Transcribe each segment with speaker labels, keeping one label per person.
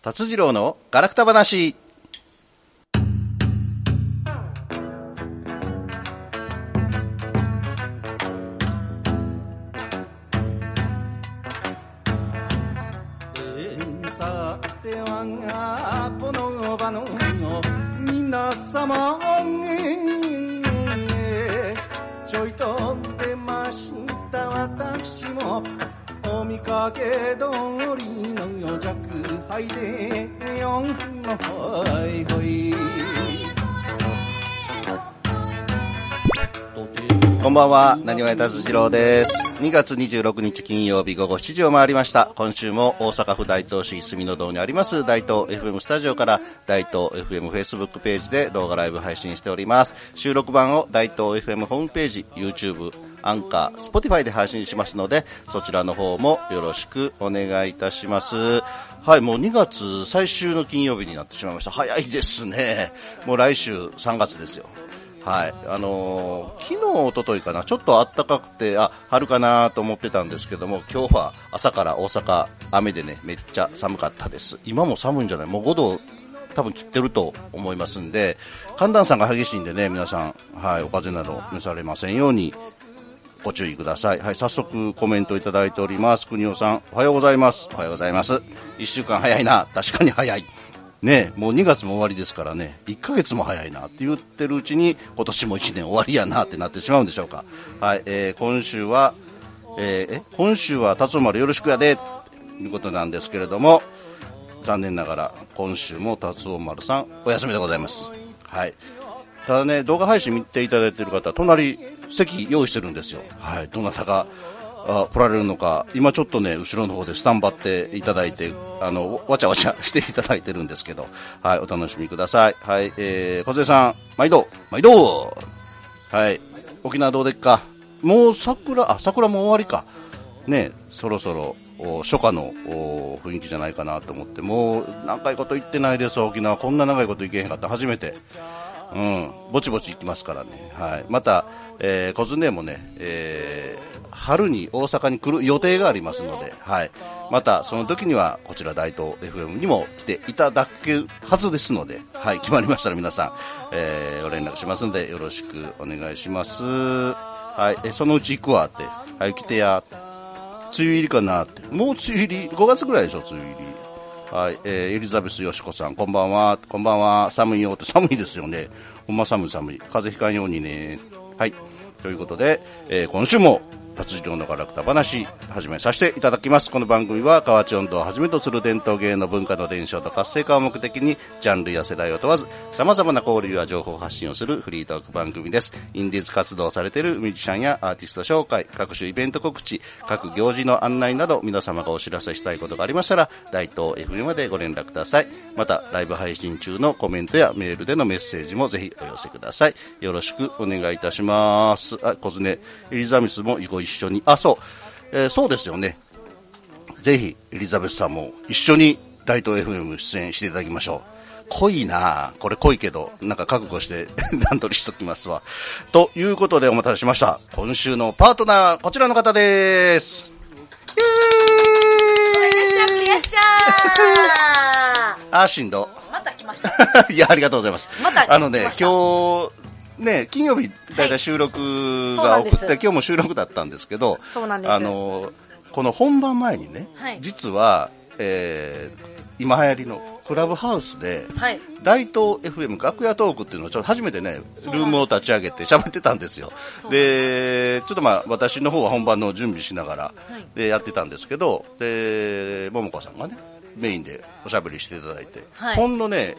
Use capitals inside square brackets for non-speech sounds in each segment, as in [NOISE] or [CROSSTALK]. Speaker 1: 達次郎のガラクタ話。さてはこの場の皆様ちょいと出ました私もお見かけ通りの弱敗で四のほいほいこんばんは、なにわやたつじろうです。2月26日金曜日午後7時を回りました。今週も大阪府大東市住の堂にあります大東 FM スタジオから大東 FM Facebook ページで動画ライブ配信しております。収録版を大東 FM ホームページ、YouTube、アンカー、Spotify で配信しますので、そちらの方もよろしくお願いいたします。はい、もう2月最終の金曜日になってしまいました。早いですね。もう来週3月ですよ。はい、あのー昨日、一昨日かな、ちょっと暖かくて、あ、春かなと思ってたんですけども、今日は朝から大阪、雨でね、めっちゃ寒かったです。今も寒いんじゃないもう5度、多分切ってると思いますんで、寒暖差が激しいんでね、皆さん、はい、お風邪など召されませんように、ご注意ください。はい、早速コメントいただいております。国尾さん、おはようございます。おはようございます。一週間早いな。確かに早い。ねえもう2月も終わりですからね、1ヶ月も早いなって言ってるうちに、今年も1年終わりやなってなってしまうんでしょうか。はい、えー今週は、えーえ、今週は辰丸よろしくやで、ということなんですけれども、残念ながら今週も達夫丸さんお休みでございますはいただね動画配信見ていただいている方隣席用意してるんですよはいどなたがあ来られるのか今ちょっとね後ろの方でスタンバっていただいてあのわちゃわちゃしていただいてるんですけどはいお楽しみくださいはいえー、小杉さん毎度毎度はい沖縄どうでっかもう桜あ桜も終わりかね、そろそろお初夏のお雰囲気じゃないかなと思って、もう長いこと行ってないです、沖縄、こんな長いこと行けへんかった、初めて、うん、ぼちぼち行きますからね、はい、また、えー、小津姉もね、えー春に大阪に来る予定がありますので、はい、またその時にはこちら、大東 FM にも来ていただけるはずですので、はい、決まりましたら皆さん、えー、ご連絡しますので、よろしくお願いします。はい、えそのうち行くわって、はい、来てや梅雨入りかなって。もう梅雨入り、5月ぐらいでしょ、梅雨入り。はい、えーエリザベスよしこさん、こんばんは、こんばんは、寒いよって、寒いですよね。ほんま寒い寒い。風邪ひかんようにね。はい、ということで、えー今週も、達人のガラクタ話、始めさせていただきます。この番組は、河内音頭をはじめとする伝統芸能文化の伝承と活性化を目的に、ジャンルや世代を問わず、様々な交流や情報発信をするフリートーク番組です。インディーズ活動をされているミュージシャンやアーティスト紹介、各種イベント告知、各行事の案内など、皆様がお知らせしたいことがありましたら、大東 FM までご連絡ください。また、ライブ配信中のコメントやメールでのメッセージもぜひお寄せください。よろしくお願いいたします。あ、小ズエリザベスもご一緒に。あ、そう。えーそうですよね。ぜひ、エリザベスさんも一緒に大東 FM 出演していただきましょう。濃いなあこれ濃いけど、なんか覚悟して [LAUGHS] 段取りしときますわ。ということでお待たせしました。今週のパートナー、こちらの方です。
Speaker 2: [LAUGHS] いらっしゃ
Speaker 1: あーしんど。
Speaker 2: ーまた来ました。
Speaker 1: [LAUGHS] いや、ありがとうございます。
Speaker 2: また
Speaker 1: あのね
Speaker 2: 来ま、した
Speaker 1: 今日、ね、金曜日、だいたい収録が
Speaker 2: そうなん
Speaker 1: 送
Speaker 2: で
Speaker 1: っ
Speaker 2: す
Speaker 1: て、今日も収録だったんですけど、
Speaker 2: そうなんです
Speaker 1: あの、この本番前にね、
Speaker 2: はい
Speaker 1: 実は、えー今流行りのクラブハウスで、
Speaker 2: はい。
Speaker 1: 大東 FM 楽屋トークっていうのをちょっと初めてね、ルームを立ち上げて喋ってたんですよ。で、ちょっとまあ私の方は本番の準備しながら
Speaker 2: はい
Speaker 1: でやってたんですけど、で、ももこさんがね、メインでおしゃべりしていただいて、
Speaker 2: はい
Speaker 1: ほんのね、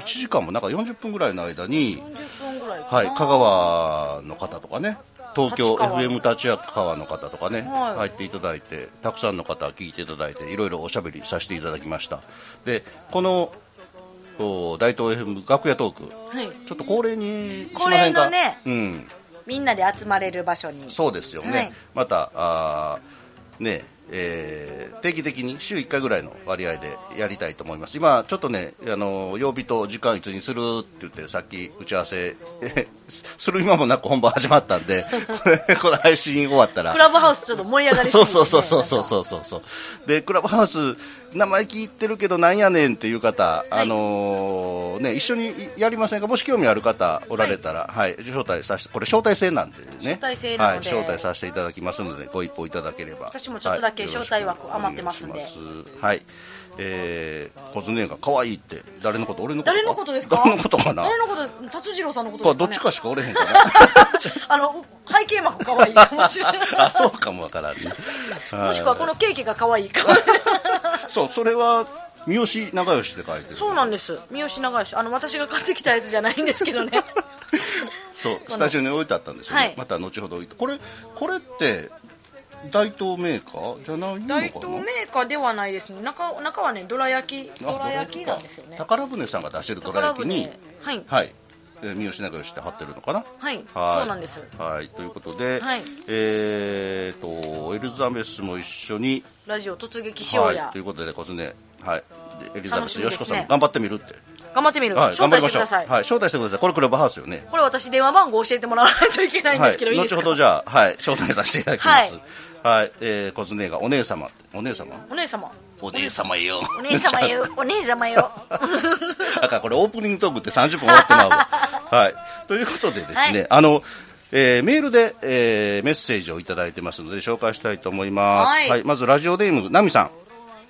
Speaker 1: 1時間もなんか40分ぐらいの間に、
Speaker 2: 40分ぐらいかな。
Speaker 1: はい、香川の方とかね、東京
Speaker 2: 立川
Speaker 1: FM 立川の方とかね、
Speaker 2: はい
Speaker 1: 入っていただいて、たくさんの方聞いていただいて、いろいろおしゃべりさせていただきました。で、この、お大東 FM 楽屋トーク、
Speaker 2: はい。
Speaker 1: ちょっと恒例にしませんか
Speaker 2: 恒例のね
Speaker 1: うん、
Speaker 2: みんなで集まれる場所に。
Speaker 1: そうですよね。
Speaker 2: はい
Speaker 1: また、あーね、えー定期的に週1回ぐらいの割合でやりたいと思います。今、ちょっとね、あの、曜日と時間いつにするって言って、さっき打ち合わせ、 [LAUGHS] えすする今もなく本番始まったん
Speaker 2: [LAUGHS]
Speaker 1: で、これ、この配信終わったら
Speaker 2: ク、ラブハウスちょっと盛り上がりす
Speaker 1: そ
Speaker 2: ぎて
Speaker 1: う
Speaker 2: ね
Speaker 1: そうそうそうそうそうそうでクラブハウス名前聞いてるけどなんやねんっていう方、あのーね、一緒にやりませんかもし興味ある方おられたら、はい、招待させて、これ招待制なんでね。
Speaker 2: 招待制なので
Speaker 1: はい、招待させていただきますので、ご一報いただければ。
Speaker 2: 私もちょっとだ
Speaker 1: は
Speaker 2: け
Speaker 1: い
Speaker 2: 招待枠余ってますんで
Speaker 1: よろしくお願いしますはい。えー、コズネが可愛いって、誰のこと俺のこと
Speaker 2: 誰のことですか
Speaker 1: 誰のことかな
Speaker 2: 誰のこと達次郎さんのこと
Speaker 1: か
Speaker 2: ですか、ね、
Speaker 1: どっちかしかおれへん
Speaker 2: [LAUGHS]
Speaker 1: か
Speaker 2: あの背景膜可愛いかもし
Speaker 1: [LAUGHS]
Speaker 2: れない
Speaker 1: な。あ、そうかもわからんね。
Speaker 2: もしくはこのケーキが可愛いかも [LAUGHS] しれない
Speaker 1: そう、それは、三好長吉って書いてる。
Speaker 2: そうなんです三好長吉あの私が買ってきたやつじゃないんですけど
Speaker 1: [LAUGHS]
Speaker 2: ね
Speaker 1: そう、
Speaker 2: この
Speaker 1: スタジオに置いてあったんですよね。
Speaker 2: はい
Speaker 1: また後ほど置いて。これ、これって、大東メーカーじゃないのかな
Speaker 2: 大東メーカーではないですね中中はねどら焼き
Speaker 1: あ
Speaker 2: どら焼きなんですよ
Speaker 1: ど
Speaker 2: ね
Speaker 1: ら焼きか宝船さんが出してるどら焼きに
Speaker 2: 宝、船はい
Speaker 1: はい、えー三好長吉って貼ってるのかな。
Speaker 2: はい
Speaker 1: はい
Speaker 2: そうなんです
Speaker 1: はい、ということで、
Speaker 2: はい
Speaker 1: えーと、エリザベスも一緒に、
Speaker 2: ラジオ突撃しようや、
Speaker 1: はい、ということで、こすね、はい、でエリザベ
Speaker 2: 楽し
Speaker 1: ス、
Speaker 2: み
Speaker 1: よ
Speaker 2: ですね
Speaker 1: しこさん、頑張ってみるって。
Speaker 2: 頑張ってみる、
Speaker 1: はい、
Speaker 2: 招
Speaker 1: 頑張
Speaker 2: 待
Speaker 1: り
Speaker 2: し
Speaker 1: ま
Speaker 2: て
Speaker 1: し
Speaker 2: く
Speaker 1: ょう。
Speaker 2: ださい、
Speaker 1: はい、招待してください。これクラブハウスよね。
Speaker 2: これ私電話番号教えてもらわないといけないんですけど、い、いです
Speaker 1: 後
Speaker 2: か
Speaker 1: ほどじゃあ、はい、招待させていただきます。
Speaker 2: は
Speaker 1: はい、えー、コズネがお姉様、お姉様
Speaker 2: お姉様
Speaker 1: お姉様 [LAUGHS] よ。
Speaker 2: お姉様よお姉
Speaker 1: [LAUGHS]
Speaker 2: 様よ
Speaker 1: だからこれオープニングトークって30分終わってまうわ。
Speaker 2: [LAUGHS]
Speaker 1: はい。ということでですね、
Speaker 2: はい
Speaker 1: あの、えーメールで、えーメッセージをいただいてますので紹介したいと思います。
Speaker 2: はい
Speaker 1: まずラジオネーム、ナミさん。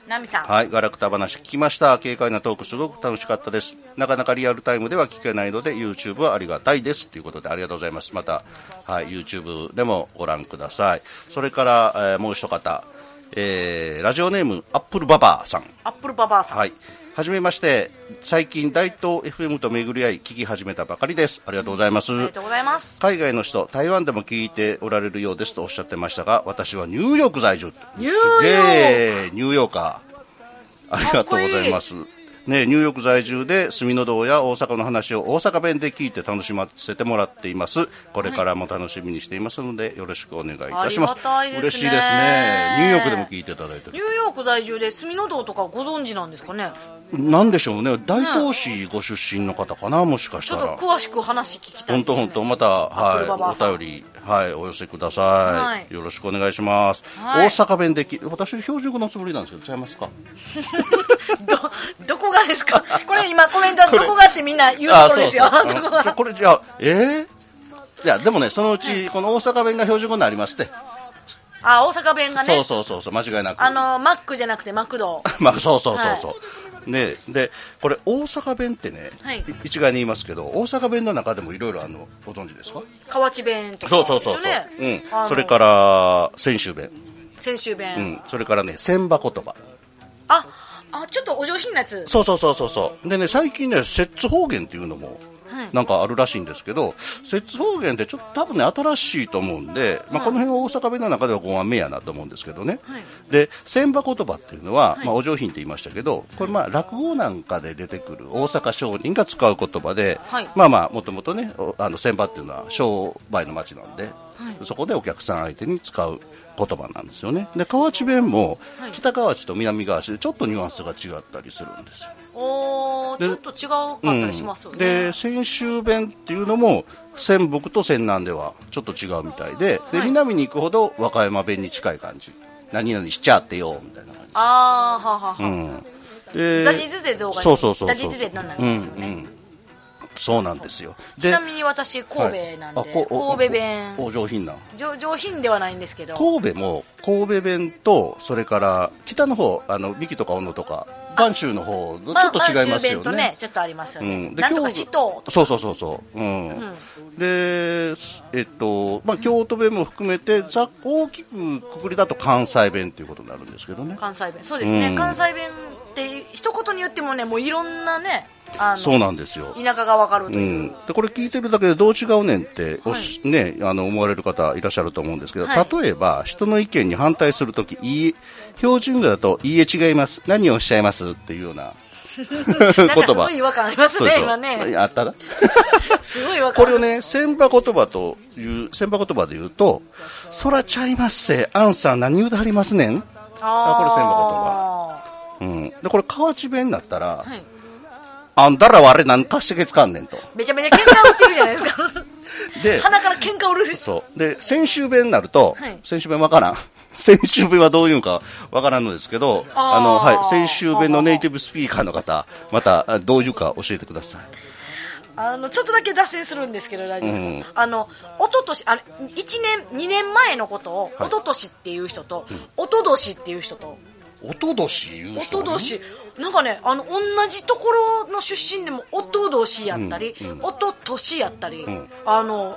Speaker 2: ナミさん、
Speaker 1: はい、ガラクタ話聞きました。軽快なトークすごく楽しかったです。なかなかリアルタイムでは聞けないので、YouTube はありがたいです。ということで、ありがとうございます。また、はい、YouTube でもご覧ください。それから、えーもう一方、えー、ラジオネーム、アップルババアさん。
Speaker 2: アップルババアさん、
Speaker 1: はい。はじめまして、最近、大東 FM と巡り合い、聞き始めたばかりです。ありがとうございます。
Speaker 2: ありがとうございます
Speaker 1: 海外の人、台湾でも聞いておられるようですとおっしゃってましたが、私はニューヨーク在住。
Speaker 2: ニューヨー
Speaker 1: す
Speaker 2: ク
Speaker 1: げえニューヨーカー。ありがとうございます。ね、ニューヨーク在住で、住の堂や大阪の話を大阪弁で聞いて楽しませてもらっています。これからも楽しみにしていますので、よろしくお願いいたします。
Speaker 2: ありがたいですね
Speaker 1: 嬉しいですね。ニューヨークでも聞いていただいて
Speaker 2: ニューヨーク在住で住の堂とかご存知なんですかね
Speaker 1: る。なんでしょうね。大東市ご出身の方かな、もしかし
Speaker 2: ちょ
Speaker 1: た
Speaker 2: っ
Speaker 1: ら。
Speaker 2: と詳しく話聞きたい
Speaker 1: 本
Speaker 2: ですね
Speaker 1: 当本当また、
Speaker 2: アップルババア
Speaker 1: は
Speaker 2: さん
Speaker 1: い、お便り、はい、お寄せください。
Speaker 2: はい
Speaker 1: よろしくお願いします。
Speaker 2: はい
Speaker 1: 大阪弁でき、私、標準語のつもりなんですけど、違いますか
Speaker 2: どどこがで
Speaker 1: [LAUGHS]
Speaker 2: すかこれ今コメントはどこがってみんな言うところですよ
Speaker 1: あ
Speaker 2: ど
Speaker 1: の
Speaker 2: こ
Speaker 1: ちょ
Speaker 2: が
Speaker 1: これ、じゃあ、えーいや、でもね、そのうち、この大阪弁が標準語になりますって。
Speaker 2: あ大阪弁がね
Speaker 1: そうそうそうそう、間違いなく。
Speaker 2: あのマックじゃなくてマクド
Speaker 1: [LAUGHS] まあ、そうそうそうそう。ね、でこれ大阪弁ってね、
Speaker 2: はい
Speaker 1: 一概に言いますけど大阪弁の中でもいろいろあるのご存知ですか
Speaker 2: 河内弁とか
Speaker 1: そうそうそうそう、
Speaker 2: ですよね
Speaker 1: う
Speaker 2: あ
Speaker 1: ん、
Speaker 2: の
Speaker 1: それから泉州弁、
Speaker 2: 先週弁、
Speaker 1: うん、それからね千葉言葉
Speaker 2: ああちょっとお上品なやつ
Speaker 1: そうそうそうそうそう。でね、最近ね、摂津方言っていうのも、
Speaker 2: はい
Speaker 1: なんかあるらしいんですけど、摂津方言ってちょっと多分ね、新しいと思うんで、まあ、この辺は大阪弁の中では5番目やなと思うんですけどね。
Speaker 2: はい
Speaker 1: で、千葉言葉っていうのは、
Speaker 2: はい
Speaker 1: まあ、お上品って言いましたけど、これまあ、落語なんかで出てくる大阪商人が使う言葉で、
Speaker 2: はい
Speaker 1: まあまあ、もともとね、おあの、千葉っていうのは商売の町なんで、そこでお客さん相手に使う言葉なんですよね。で、河内弁も
Speaker 2: はい、
Speaker 1: 北河内と南河内でちょっとニュアンスが違ったりするんですよ。
Speaker 2: おー
Speaker 1: で
Speaker 2: ちょっと違うかったりしますよ
Speaker 1: うん、
Speaker 2: ね、
Speaker 1: で泉州弁っていうのも泉北と泉南ではちょっと違うみたいでで、
Speaker 2: はい
Speaker 1: 南に行くほど和歌山弁に近い感じ何々しちゃってよみたいな感
Speaker 2: ああはあはあはあ
Speaker 1: じ、うん、で
Speaker 2: ザジズゼゾが
Speaker 1: そうそうそうそう
Speaker 2: ザジズゼなんなんですよね
Speaker 1: うんうん、そうなんですよ
Speaker 2: ち
Speaker 1: で
Speaker 2: なみに私神戸なんで、
Speaker 1: はいあこ
Speaker 2: 神戸弁
Speaker 1: おお上品な
Speaker 2: 上上品ではないんですけど
Speaker 1: 神戸も神戸弁とそれから北の方あの三木とか小野とか播州の方とちょっと違いますよ
Speaker 2: まあ満州弁と
Speaker 1: ね
Speaker 2: ねちょっとありますよ
Speaker 1: う
Speaker 2: ね、
Speaker 1: ん、で
Speaker 2: なんと
Speaker 1: 京
Speaker 2: か
Speaker 1: 都
Speaker 2: ちと
Speaker 1: そうそうそうそう、うんで、すえっとまあ、京都弁も含めてざ大きくくくりだと関西弁ということになるんですけどね
Speaker 2: 関西弁そうですね、
Speaker 1: うん
Speaker 2: 関西弁って一言に言ってもねもういろんなねあの
Speaker 1: そうなんですよ、
Speaker 2: 田舎がわかると
Speaker 1: う
Speaker 2: いう、
Speaker 1: ん、でこれ聞いてるだけでどう違うねんっておし、ね、あの思われる方いらっしゃると思うんですけど、
Speaker 2: はい
Speaker 1: 例えば人の意見に反対するときいい標準語だと「いいえ違います何をおっしゃいます」っていうよう
Speaker 2: [LAUGHS]
Speaker 1: な言
Speaker 2: なんかすごい違和感あります
Speaker 1: そう
Speaker 2: ね
Speaker 1: でしょ
Speaker 2: 今ね
Speaker 1: あっただ
Speaker 2: すごい違和感
Speaker 1: これをね、千葉言葉という、千葉言葉で言うと、そらちゃいますせ、あんさん何言うてはりますねん。
Speaker 2: あー
Speaker 1: これ千葉うん。で、これ河内弁になったら、
Speaker 2: はい
Speaker 1: あんたらはあれ何かしてけつかんねんと。
Speaker 2: めちゃめちゃ喧嘩売ってるじゃないですか
Speaker 1: [LAUGHS] で、
Speaker 2: 鼻から喧嘩売るし
Speaker 1: そう。で、先週弁になると、
Speaker 2: はい
Speaker 1: 先週弁わからん。 [LAUGHS] 先週分はどういうんかわからんのですけど、
Speaker 2: あー
Speaker 1: あの、はい、先週分のネイティブスピーカーの方、またあどういうか教えてください。
Speaker 2: あのちょっとだけ脱線するんですけど、ラジオさん、
Speaker 1: うん
Speaker 2: あの一昨年あの1年、2年前のことを、
Speaker 1: はい
Speaker 2: 一昨年っていう人と、おととしっていう人と、
Speaker 1: おとどし言う
Speaker 2: お
Speaker 1: 人
Speaker 2: ととし、なんかね、あの同じところの出身でも、おととしやったり、おととしやったり、
Speaker 1: ん
Speaker 2: あの、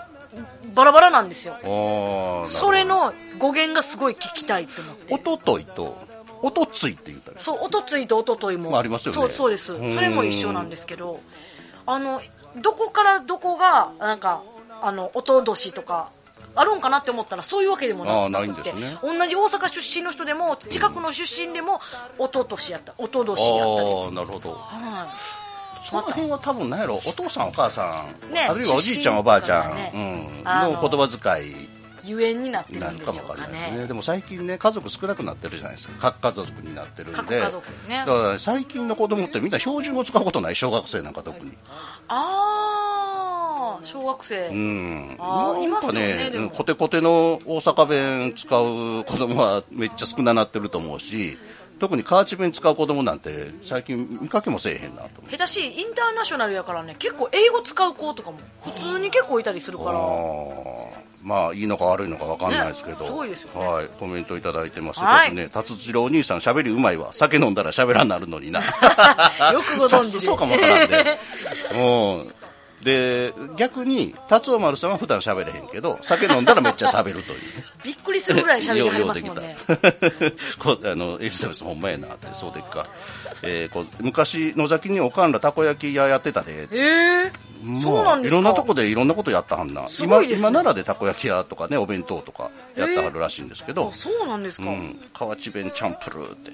Speaker 2: バラバラなんですよ、
Speaker 1: お
Speaker 2: それ、の語源がすごい聞きたいと思って。
Speaker 1: おとといと、おとついって言ったら、
Speaker 2: そう、おとついとおとといも、
Speaker 1: まあありますよね
Speaker 2: そうそうです。そ
Speaker 1: うん
Speaker 2: れも一緒なんですけど、あのどこからどこがなんかあのおととしとか。あるんかなって思ったらそういうわけでもなくて
Speaker 1: あーないんですね
Speaker 2: 同じ大阪出身の人でも近くの出身でもおととしやったおととしやったり
Speaker 1: ああ、なるほど。
Speaker 2: は
Speaker 1: その辺は多分なんやろ、お父さん、お母さん、
Speaker 2: ね
Speaker 1: あるいはおじいちゃ
Speaker 2: 出身
Speaker 1: ん、
Speaker 2: とかね
Speaker 1: おばあちゃん、うん、
Speaker 2: あの
Speaker 1: の言葉遣い。
Speaker 2: い、ゆえんになって
Speaker 1: な
Speaker 2: るん
Speaker 1: る
Speaker 2: で
Speaker 1: か
Speaker 2: し
Speaker 1: も
Speaker 2: ょ
Speaker 1: わ
Speaker 2: う
Speaker 1: か
Speaker 2: か
Speaker 1: んないですね
Speaker 2: ね
Speaker 1: でも最近ね家族少なくなってるじゃないですか核家族になってるんで
Speaker 2: 核家族ね
Speaker 1: だから最近の子供ってみんな標準語使うことない小学生なんか特に
Speaker 2: ああ小学生、
Speaker 1: うん
Speaker 2: あ
Speaker 1: な
Speaker 2: ー
Speaker 1: んか
Speaker 2: いますよね
Speaker 1: ね
Speaker 2: でも
Speaker 1: うんコテコテの大阪弁使う子供はめっちゃ少ななってると思うし特にカーチ弁使う子供なんて最近見かけもせえへんなと
Speaker 2: 下手しいインターナショナルやからね結構英語使う子とかも普通に結構いたりするから
Speaker 1: 思うあーまあいいのか悪いのかわかんないですけど、
Speaker 2: ねすごいですよね
Speaker 1: はいコメントいただいてます
Speaker 2: はい
Speaker 1: ね達次郎お兄さん喋りうまいわ酒飲んだら喋らんなるのにな
Speaker 2: よくご存知
Speaker 1: そ
Speaker 2: で。
Speaker 1: そうかもわからんでうんで逆に達夫丸さんは普段喋れへんけど酒飲んだらめっちゃ喋るという
Speaker 2: びっくりするぐらい喋りはりますもんね。
Speaker 1: こあのエリザベスほんまやなってそうでっか、えーこう昔野崎におかんらたこ焼き屋やってたで
Speaker 2: ええ
Speaker 1: も
Speaker 2: そうなんですか
Speaker 1: いろんなとこでいろんなことやったはんな、
Speaker 2: す
Speaker 1: 今
Speaker 2: ごいですね
Speaker 1: 今ならでたこ焼き屋とかねお弁当とかやったはるらしいんですけど
Speaker 2: あ、そうなんです
Speaker 1: う
Speaker 2: か。
Speaker 1: ん、河内弁チャンプルーって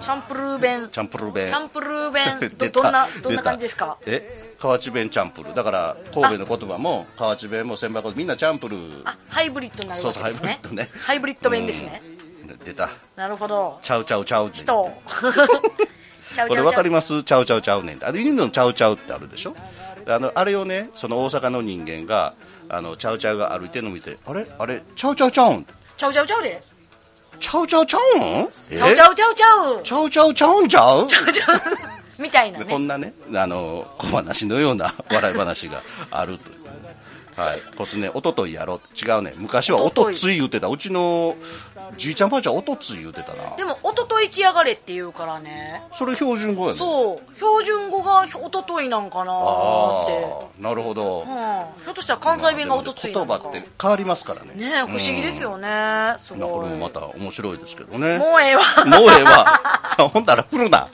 Speaker 2: チャンプルー弁。
Speaker 1: チャンプルー弁。
Speaker 2: チャンプルー弁ど
Speaker 1: 出
Speaker 2: ど
Speaker 1: た
Speaker 2: んな、ど
Speaker 1: [LAUGHS]
Speaker 2: ん
Speaker 1: 出
Speaker 2: な
Speaker 1: た
Speaker 2: 感じですか
Speaker 1: え河内弁チャンプルーだから神戸の言葉も河内弁も千葉弁もみんなチャンプルー
Speaker 2: あ、ハイブリッドになる
Speaker 1: そう
Speaker 2: わ
Speaker 1: そ
Speaker 2: け
Speaker 1: うハイ
Speaker 2: です
Speaker 1: ブリ
Speaker 2: ね
Speaker 1: ッ。ドね
Speaker 2: ハイブリッド弁ですね。
Speaker 1: うん出た
Speaker 2: なるほど。
Speaker 1: ちゃうちゃうちゃうねん
Speaker 2: 人。ちゃ
Speaker 1: [LAUGHS]
Speaker 2: う
Speaker 1: これわかりますちゃうちゃうちゃうねんってあの犬のちゃうちゃうってあるでしょあのあれをねその大阪の人間があのちゃうちゃうが歩いてるの見てあれあれちゃうちゃうちゃうん
Speaker 2: ちゃうちゃうちゃうで。
Speaker 1: ちゃうちゃうちゃうんえ
Speaker 2: ちゃうちゃうちゃうちゃう。
Speaker 1: ちゃうちゃうちゃうんちゃう
Speaker 2: ち
Speaker 1: [LAUGHS]
Speaker 2: ゃうちゃうみたいな
Speaker 1: でこ
Speaker 2: ね。
Speaker 1: んなねあの小話のよう
Speaker 2: [LAUGHS]
Speaker 1: な笑い話があるというはいこつねおとといやろう違うね昔はおとつい言ってたうちのじいちゃんばあちゃんおとつい言ってたな
Speaker 2: でも、おととい来やがれって言うからね。
Speaker 1: それ標準語やね
Speaker 2: そう。標準語がおとといなんかなーって。
Speaker 1: ああなるほど、
Speaker 2: うん。ひょっとしたら関西弁がおとついな
Speaker 1: 言
Speaker 2: のか
Speaker 1: 葉って変わりますからね
Speaker 2: ねえ不思議ですよね。す
Speaker 1: うんまあこ
Speaker 2: ご
Speaker 1: れ
Speaker 2: い。
Speaker 1: もまた面白いですけどね
Speaker 2: もうえ
Speaker 1: [LAUGHS]
Speaker 2: えわ。
Speaker 1: もうええわ [LAUGHS] ほんだら来るな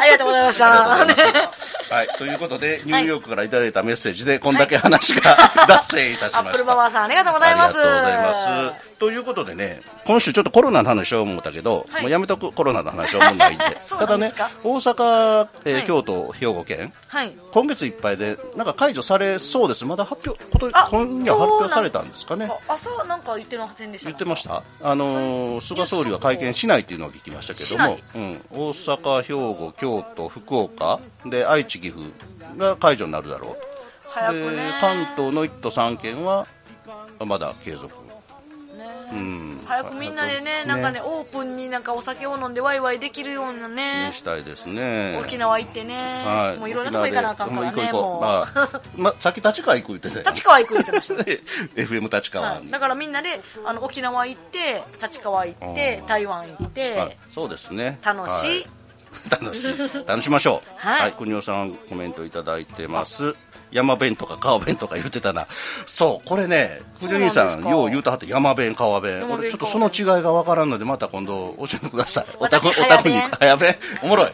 Speaker 2: ありがとうございまし
Speaker 1: あ
Speaker 2: た。
Speaker 1: りがとうござい
Speaker 2: ね
Speaker 1: ますはい、ということでニューヨークからいただいたメッセージでこんだけ話
Speaker 2: [LAUGHS]
Speaker 1: が脱線いたし
Speaker 2: ア
Speaker 1: ました
Speaker 2: ップルママさん、ありがとうございます。
Speaker 1: ありがとうございます。ということでね、今週ちょっとコロナの話を思ったけど、
Speaker 2: はい
Speaker 1: もうやめとくコロナの話を思うのはいいんで
Speaker 2: [LAUGHS] そう
Speaker 1: た
Speaker 2: な
Speaker 1: だ
Speaker 2: んで
Speaker 1: ね
Speaker 2: すか、
Speaker 1: 大阪、えー
Speaker 2: はい
Speaker 1: 京都、兵庫県、
Speaker 2: はい。
Speaker 1: 今月いっぱいで、なんか解除されそうです。まだ発表、こと
Speaker 2: あ
Speaker 1: 今夜発表されたんですかね。
Speaker 2: あ朝なんか言ってませんでした
Speaker 1: 言ってましたあのー
Speaker 2: そうい
Speaker 1: 菅
Speaker 2: う
Speaker 1: 総理は会見しないというのは聞きましたけども、うん、大阪、兵庫、京都、福岡で愛知、岐阜が解除になるだろう
Speaker 2: 早
Speaker 1: と、
Speaker 2: く
Speaker 1: で
Speaker 2: ね。
Speaker 1: 関東の1都3県はまだ継続、う
Speaker 2: ね。
Speaker 1: ん、
Speaker 2: 早くみんなでね、なんかね、オープンになんかお酒を飲んでワイワイできるような
Speaker 1: ね
Speaker 2: ね。
Speaker 1: したいですね。
Speaker 2: 沖縄行ってね。もういろんなとこ行かなあかんからね。もう。
Speaker 1: う行こう行こう。まあ、ま先立川行く言ってたよ
Speaker 2: 立川行くって
Speaker 1: [LAUGHS]
Speaker 2: ました。
Speaker 1: FM 立川
Speaker 2: はい、
Speaker 1: に。
Speaker 2: だからみんなであの沖縄行って立川行って
Speaker 1: うん
Speaker 2: 台湾行って、
Speaker 1: はい、そうですね。
Speaker 2: 楽しい
Speaker 1: は楽しい楽しましょう
Speaker 2: はい
Speaker 1: 国尾さんコメントいただいてます山弁とか川弁とか言ってたなそうこれね
Speaker 2: そう
Speaker 1: 国
Speaker 2: な
Speaker 1: 尾兄
Speaker 2: んですか
Speaker 1: さんよう言うたはって山弁川弁
Speaker 2: 山弁
Speaker 1: 俺ちょっとそ
Speaker 2: 川
Speaker 1: の
Speaker 2: 弁
Speaker 1: 違いがわからんのでまた今度教えてくださいおたく
Speaker 2: 私
Speaker 1: おたくに
Speaker 2: 早弁
Speaker 1: 早弁お
Speaker 2: [LAUGHS]
Speaker 1: もろい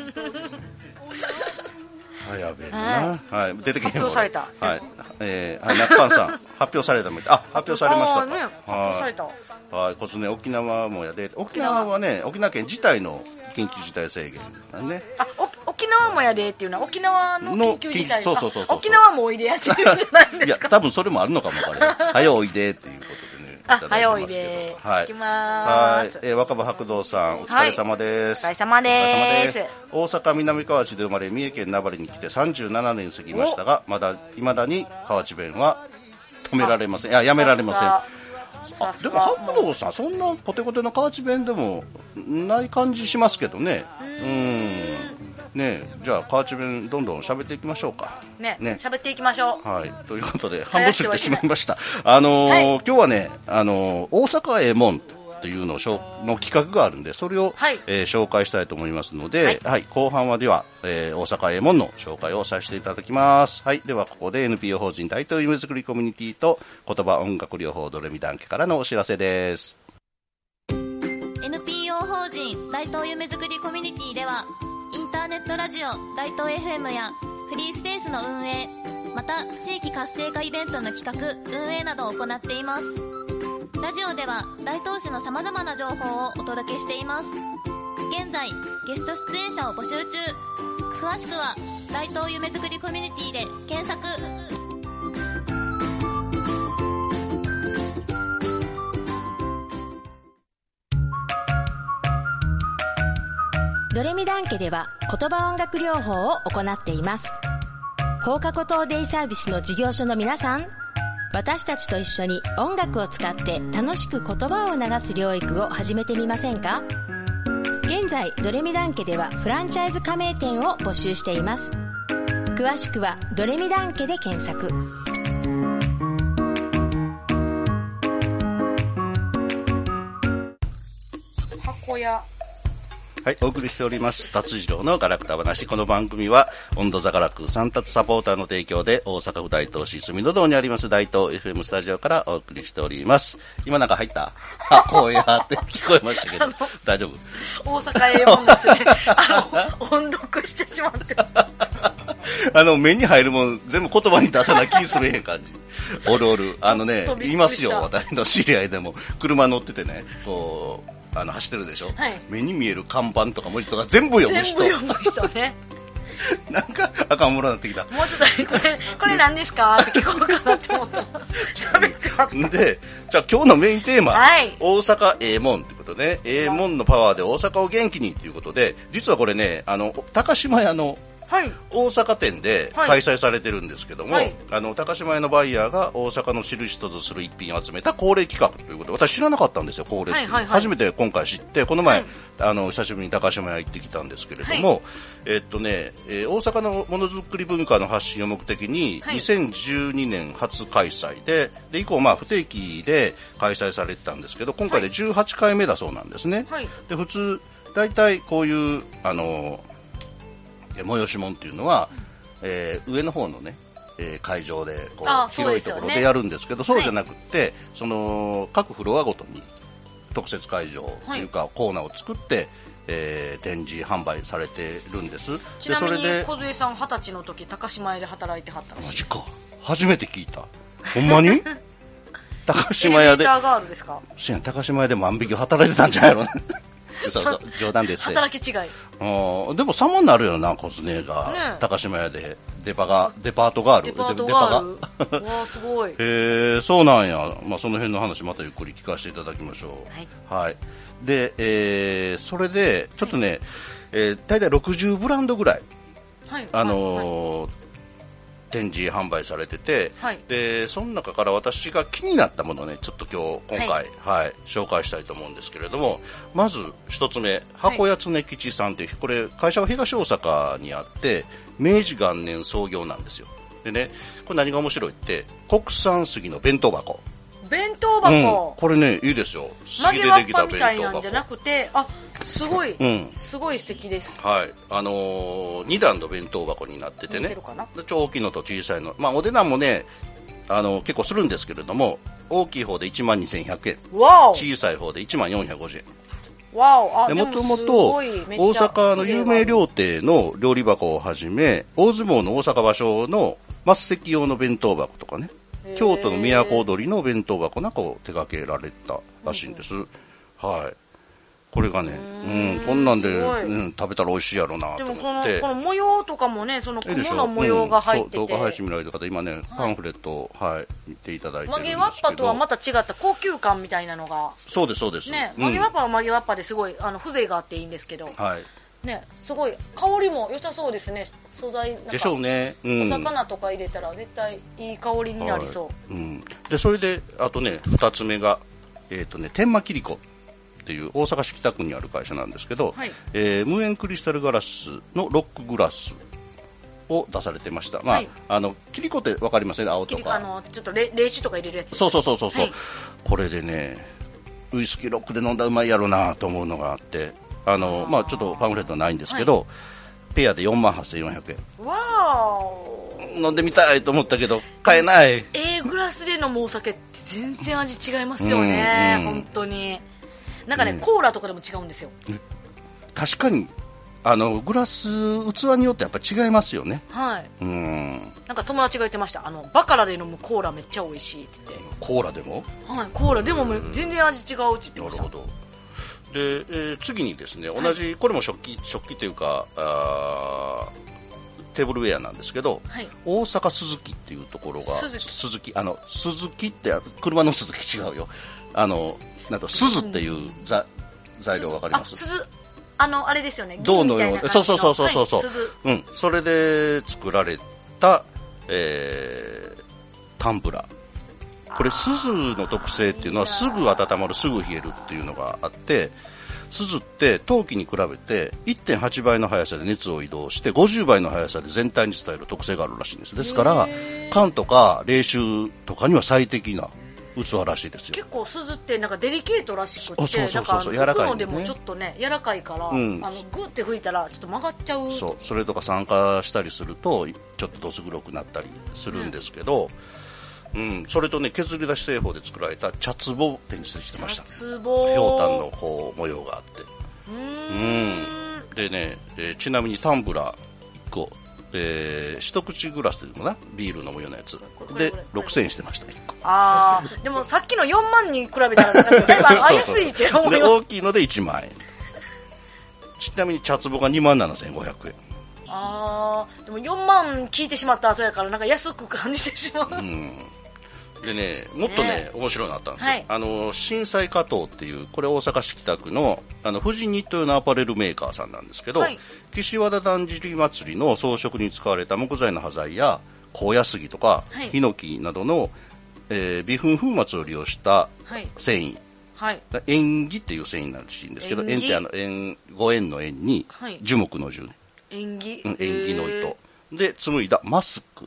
Speaker 1: 早弁
Speaker 2: は
Speaker 1: な、はい、出てけへん
Speaker 2: 発表された
Speaker 1: 俺はい、えー、はい、ナッパンさん発表されたみたいあ発表されました
Speaker 2: あー
Speaker 1: か
Speaker 2: ね、発表された。
Speaker 1: はい、こっちね、沖縄もやで、沖縄はね、沖縄県自体の緊急事態宣言なんね。
Speaker 2: あ、お沖縄もやでっていうのは沖縄の緊急事態
Speaker 1: の緊急そうそうそうそう
Speaker 2: あ沖縄もおいでやってるんじゃないん
Speaker 1: い
Speaker 2: [LAUGHS] で
Speaker 1: や、
Speaker 2: す
Speaker 1: [LAUGHS]
Speaker 2: か。
Speaker 1: 多分それもあるのかもわからない。早おいでっていうことでね。
Speaker 2: [LAUGHS] あ
Speaker 1: ただてますけど
Speaker 2: 早おいで
Speaker 1: はい。
Speaker 2: 行きまーす
Speaker 1: はい。えー若葉白道さん、お疲れ様です。
Speaker 2: はいお疲れ様です
Speaker 1: お疲れ様です大阪南河内で生まれ、三重県名張に来て37年過ぎましたが、まだ、いまだに河内弁は止められません。いや、やめられません。あ
Speaker 2: さす
Speaker 1: でも
Speaker 2: が
Speaker 1: 白道さんそんなコテコテのカーチ弁でもない感じしますけどねうんねえじゃあカーチ弁どんどん喋っていきましょうか
Speaker 2: ね
Speaker 1: ね
Speaker 2: 喋っていきましょう
Speaker 1: はい、ということで半分過ぎてしまいました、あのー
Speaker 2: はい
Speaker 1: 今日はね、あのー大阪えもんというのをしょうの企画があるんでそれを、
Speaker 2: はい
Speaker 1: えー紹介したいと思いますので、は
Speaker 2: はいい
Speaker 1: 後半はでは、えー大阪えもんの紹介をさせていただきます、はい、ではここで NPO 法人大東夢作りコミュニティと言葉音楽療法ドレミ団家からのお知らせです。
Speaker 3: NPO 法人大東夢作りコミュニティではインターネットラジオ大東 FM やフリースペースの運営また地域活性化イベントの企画運営などを行っていますラジオでは大東市のさまざまな情報をお届けしています現在ゲスト出演者を募集中詳しくは大東夢作りコミュニティで検索
Speaker 4: ドレミダン家では言葉音楽療法を行っています放課後等デイサービスの事業所の皆さん私たちと一緒に音楽を使って楽しく言葉を流す療育を始めてみませんか現在ドレミダン家ではフランチャイズ加盟店を募集しています詳しくはドレミダン家で検索
Speaker 2: 箱屋
Speaker 1: はい、お送りしております、達次郎のガラクタ話。この番組は、温度座ガラク三達サポーターの提供で、大阪府大東市住の堂にあります大東 FM スタジオからお送りしております。今なんか入ったあ、こうやって聞こえましたけど、大丈夫
Speaker 2: 大阪ええも
Speaker 1: [LAUGHS]
Speaker 2: んですねあの音読してしまって
Speaker 1: あの、目に入るもん、全部言葉に出さな気すべへん感じ。おるおる。あのね
Speaker 2: ちょっと、び
Speaker 1: い
Speaker 2: っくりした
Speaker 1: ますよ、私の知り合いでも。車乗っててね、こう、あの、走ってるでしょ、
Speaker 2: はい
Speaker 1: 目に見える看板とか文字とか全部読む
Speaker 2: 全
Speaker 1: 人
Speaker 2: 部。読む人ね
Speaker 1: なんか、赤んもろになってきた。
Speaker 2: もうちょっとこれこれ何ですかって聞こうかなって思
Speaker 1: [LAUGHS]
Speaker 2: った喋ってはった
Speaker 1: で、じゃあ今日のメインテーマ、
Speaker 2: はい
Speaker 1: 大阪ええもんってことね、ええもんのパワーで大阪を元気にということで、実はこれね、あの、高島屋の
Speaker 2: はい
Speaker 1: 大阪店で
Speaker 2: はい
Speaker 1: 開催されてるんですけども、
Speaker 2: はい
Speaker 1: あの、高島屋のバイヤーが大阪の知る人ぞする一品を集めた恒例企画ということで、私知らなかったんですよ、恒例って
Speaker 2: はいはいはい
Speaker 1: 初めて今回知って、この前、
Speaker 2: はい
Speaker 1: あの、久しぶりに高島屋行ってきたんですけれども、
Speaker 2: は
Speaker 1: えっとね、えー大阪のものづくり文化の発信を目的に、
Speaker 2: はい
Speaker 1: 2012年初開催で、で、以降、まあ、不定期で開催されてたんですけど、今回で18回目だそうなんですね。
Speaker 2: はい
Speaker 1: で普通大体こういうあのえ催し物っていうのは、えー上の方のね、えー会場でこ
Speaker 2: あ
Speaker 1: う
Speaker 2: そう
Speaker 1: 広
Speaker 2: で
Speaker 1: い
Speaker 2: す
Speaker 1: と
Speaker 2: よね
Speaker 1: ころでやるんですけどそうじゃなくって、その各フロアごとに特設会場というか、コーナーを作って、えー展示販売されてるんです
Speaker 2: ちなみ
Speaker 1: で
Speaker 2: に
Speaker 1: それで
Speaker 2: 小杉さん二十歳の時高島屋で働いてはったら
Speaker 1: マ
Speaker 2: しい
Speaker 1: ジか初めて聞いたほんま
Speaker 2: [LAUGHS]
Speaker 1: に高島屋
Speaker 2: エレベー
Speaker 1: で
Speaker 2: ターガールですか
Speaker 1: せや高島屋で万引きを働いてたんじゃ
Speaker 2: [LAUGHS]
Speaker 1: ないの嘘嘘
Speaker 2: さ
Speaker 1: 冗談ですよ
Speaker 2: 働き違い
Speaker 1: あーでも様になるよな、コスネが、
Speaker 2: ねえ
Speaker 1: 高島屋でデパがデパートガール
Speaker 2: デパートガール
Speaker 1: デデパが
Speaker 2: うわあすごい
Speaker 1: へえそうなんや、まあ、その辺の話またゆっくり聞かせていただきましょ、
Speaker 2: はいう
Speaker 1: はいでえーそれでちょっとね、えー大体60ブランドぐらい、
Speaker 2: はい
Speaker 1: あ
Speaker 2: はい
Speaker 1: のー展示販売されてて、
Speaker 2: はい
Speaker 1: でその中から私が気になったものをねちょっと今日今回、
Speaker 2: は
Speaker 1: はい紹介したいと思うんですけれどもまず一つ目箱屋常吉さんという、これ会社は東大阪にあって明治元年創業なんですよでねこれ何が面白いって国産杉の弁当箱、
Speaker 2: 弁
Speaker 1: う
Speaker 2: 当
Speaker 1: ん、
Speaker 2: 箱
Speaker 1: これねいいですよ
Speaker 2: 曲
Speaker 1: 杉
Speaker 2: げ
Speaker 1: で
Speaker 2: わ
Speaker 1: で
Speaker 2: っ
Speaker 1: き
Speaker 2: ぱ
Speaker 1: た
Speaker 2: み
Speaker 1: 弁
Speaker 2: たい
Speaker 1: 当
Speaker 2: なん
Speaker 1: 箱
Speaker 2: じゃなくてあすごい
Speaker 1: うん
Speaker 2: すごい素敵です
Speaker 1: はいあのー、2段の弁当箱になってて
Speaker 2: 見て
Speaker 1: ね
Speaker 2: るかな
Speaker 1: 超大きいのと小さいの、まあ、お値段もねあの結構するんですけれども大きい方で1万2100円
Speaker 2: わ
Speaker 1: 小さい方で1万450円
Speaker 2: おわおあ
Speaker 1: で
Speaker 2: で
Speaker 1: も
Speaker 2: も
Speaker 1: とも
Speaker 2: す
Speaker 1: と
Speaker 2: ご
Speaker 1: 大
Speaker 2: いめっちゃ
Speaker 1: 阪の有名料亭の料理箱をはじめ大相撲の大阪場所の末席用の弁当箱とかね
Speaker 2: へー
Speaker 1: 京都の都踊りの弁当箱なんかを手掛けられたらしいんです、はいこれがねうんこんなんで、
Speaker 2: すごい
Speaker 1: うん、食べたら美味しいやろうなと
Speaker 2: でも
Speaker 1: 思っ
Speaker 2: この
Speaker 1: て
Speaker 2: この模様とかもねその
Speaker 1: いいでし
Speaker 2: 雲
Speaker 1: ょ
Speaker 2: の模様が入って
Speaker 1: うんそう動画配
Speaker 2: て
Speaker 1: 信見られた方今ねパンフレットを、はい見ていただいてる
Speaker 2: 曲
Speaker 1: んです
Speaker 2: げ
Speaker 1: けど
Speaker 2: わっぱとはまた違った高級感みたいなのが
Speaker 1: そうですそうです、
Speaker 2: ね
Speaker 1: うん
Speaker 2: 曲げわっぱは曲げわっぱですごいあの風情があっていいんですけど
Speaker 1: はい
Speaker 2: ねすごい香りも良さそうですね素材なんか
Speaker 1: でしょうね、うん、
Speaker 2: お魚とか入れたら絶対いい香りになりそう
Speaker 1: はいうん、でそれであとね2つ目がえっ、とね、天満切子っていう大阪市北区にある会社なんですけど、
Speaker 2: はい
Speaker 1: えー無塩クリスタルガラスのロックグラスを出されてました。まあ、
Speaker 2: はい
Speaker 1: あの、切子ってわかりますね、青と
Speaker 2: 切り
Speaker 1: か。
Speaker 2: あのちょっと冷冷酒とか入れるやつ
Speaker 1: そうそうそうそうそう、
Speaker 2: はい
Speaker 1: これでねウイスキーロックで飲んだらうまいやろなと思うのがあってあのまあちょっとパンフレットはないんですけど、ペアで4万8400
Speaker 2: わーお
Speaker 1: 円飲んでみたいと思ったけど買えない
Speaker 2: えー、グラスで飲むお酒って全然味違いますよね、
Speaker 1: うんうん
Speaker 2: 本当になんかね、
Speaker 1: うん
Speaker 2: コーラとかでも違うんですよ
Speaker 1: 確かにあのグラス器によってやっぱ違いますよね
Speaker 2: はい
Speaker 1: うん
Speaker 2: なんか友達が言ってましたあのバカラで飲むコーラめっちゃ美味しいって言っ
Speaker 1: コーラでも
Speaker 2: て、はい、コーラでももう全然味違うって言っ
Speaker 1: なる
Speaker 2: てました
Speaker 1: ほどで、えー次にですね同じ、これも食器食器というかあーテーブルウェアなんですけど、
Speaker 2: はい
Speaker 1: 大阪鈴木っていうところが
Speaker 2: 鈴木
Speaker 1: あの鈴木って車の鈴木違うよあのなんと鈴っていうざ材料わかりま
Speaker 2: あ
Speaker 1: す
Speaker 2: 鈴あのあれですよね
Speaker 1: 銅の
Speaker 2: 銀
Speaker 1: よ
Speaker 2: みた
Speaker 1: う
Speaker 2: いな
Speaker 1: そう
Speaker 2: 感
Speaker 1: そう
Speaker 2: じの
Speaker 1: そうそうそう、
Speaker 2: はい鈴
Speaker 1: うんそれで作られた、えータンブラーこれ鈴の特性っていうのはすぐ温まるすぐ冷えるっていうのがあって鈴って陶器に比べて1.8倍の速さで熱を移動して50倍の速さで全体に伝える特性があるらしいんですですから缶とか冷酒とかには最適な器らしいですよ
Speaker 2: 結構鈴ってなんかデリケートらしくって
Speaker 1: そうそうそうそう
Speaker 2: なんか
Speaker 1: 柔らかい
Speaker 2: の
Speaker 1: んで
Speaker 2: で
Speaker 1: ね
Speaker 2: もちょっとね柔らかいから、
Speaker 1: うん
Speaker 2: あのグーって吹いたらちょっと曲がっちゃう
Speaker 1: そうそれとか酸化したりするとちょっとどす黒くなったりするんですけど、うんそれとね削り出し製法で作られた茶壺を展示してました
Speaker 2: つ
Speaker 1: ひょ
Speaker 2: ぼ
Speaker 1: うたんのこう模様があっ
Speaker 2: う
Speaker 1: てう
Speaker 2: ーん
Speaker 1: んでね、えーちなみにタンブラー1個、えー一口グラスというのかなビール飲むようなやつ
Speaker 2: これ
Speaker 1: で
Speaker 2: これこれ
Speaker 1: 6000円してました1個
Speaker 2: ああでもさっきの4万に比べたらなんかだい
Speaker 1: [LAUGHS]
Speaker 2: ぶ
Speaker 1: そ
Speaker 2: 安
Speaker 1: うそう
Speaker 2: いって思い
Speaker 1: で
Speaker 2: ます
Speaker 1: 大きいので1万円ちなみに茶壺が2万7500円
Speaker 2: ああでも4万聞いてしまった後やからなんか安く感じてしまう、
Speaker 1: でね、もっとね
Speaker 2: ね、
Speaker 1: 面白いのあったんですよ。
Speaker 2: はい
Speaker 1: あの、震災加藤っていう、これ大阪市北区の、あの、富士ニット用のアパレルメーカーさんなんですけど、
Speaker 2: はい
Speaker 1: 岸和田だんじり祭りの装飾に使われた木材の端材や、高野杉とか、
Speaker 2: はい
Speaker 1: ヒノキなどの、えー微粉粉末を利用した
Speaker 2: はい
Speaker 1: 繊維、
Speaker 2: はい
Speaker 1: だ縁起っていう繊維になるらしいんですけど、
Speaker 2: 縁
Speaker 1: 縁
Speaker 2: 起
Speaker 1: ってあの、縁、ご縁の縁に
Speaker 2: はい、
Speaker 1: 樹木の樹ね、
Speaker 2: 縁起
Speaker 1: うん縁起の
Speaker 2: へー
Speaker 1: 糸。で、紡いだマスク。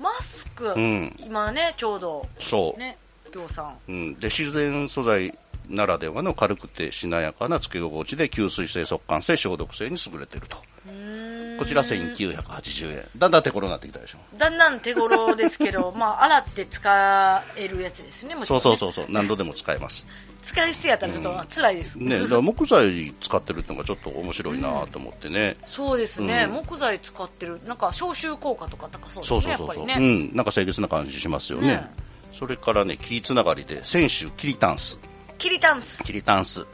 Speaker 2: マスク、
Speaker 1: うん
Speaker 2: 今ねちょうど
Speaker 1: そう。
Speaker 2: ね行さん
Speaker 1: うん、で自然素材ならではの軽くてしなやかなつけ心地で吸水性速乾性消毒性に優れているとこちら1980円だんだん手頃になってきたでしょ
Speaker 2: だんだん手頃ですけ
Speaker 1: [LAUGHS]
Speaker 2: どまあ洗って使えるやつですねもち
Speaker 1: そ
Speaker 2: ろ
Speaker 1: うんそう
Speaker 2: ね
Speaker 1: そうそう何度でも使え
Speaker 2: [LAUGHS]
Speaker 1: ます
Speaker 2: 使い捨てやったらちょっと辛いです、
Speaker 1: ねだから木材使ってるってのがちょっと面白いなと思ってね、
Speaker 2: そうですね、
Speaker 1: うん
Speaker 2: 木材使ってるなんか消臭効果とか高そう
Speaker 1: そ
Speaker 2: ですね
Speaker 1: うそうそうそう、
Speaker 2: やっぱ
Speaker 1: う
Speaker 2: りね、
Speaker 1: んなんか清潔な感じしますよね
Speaker 2: ね
Speaker 1: それからね木つながりで泉州キリタンス
Speaker 2: キリタンス
Speaker 1: キリタンス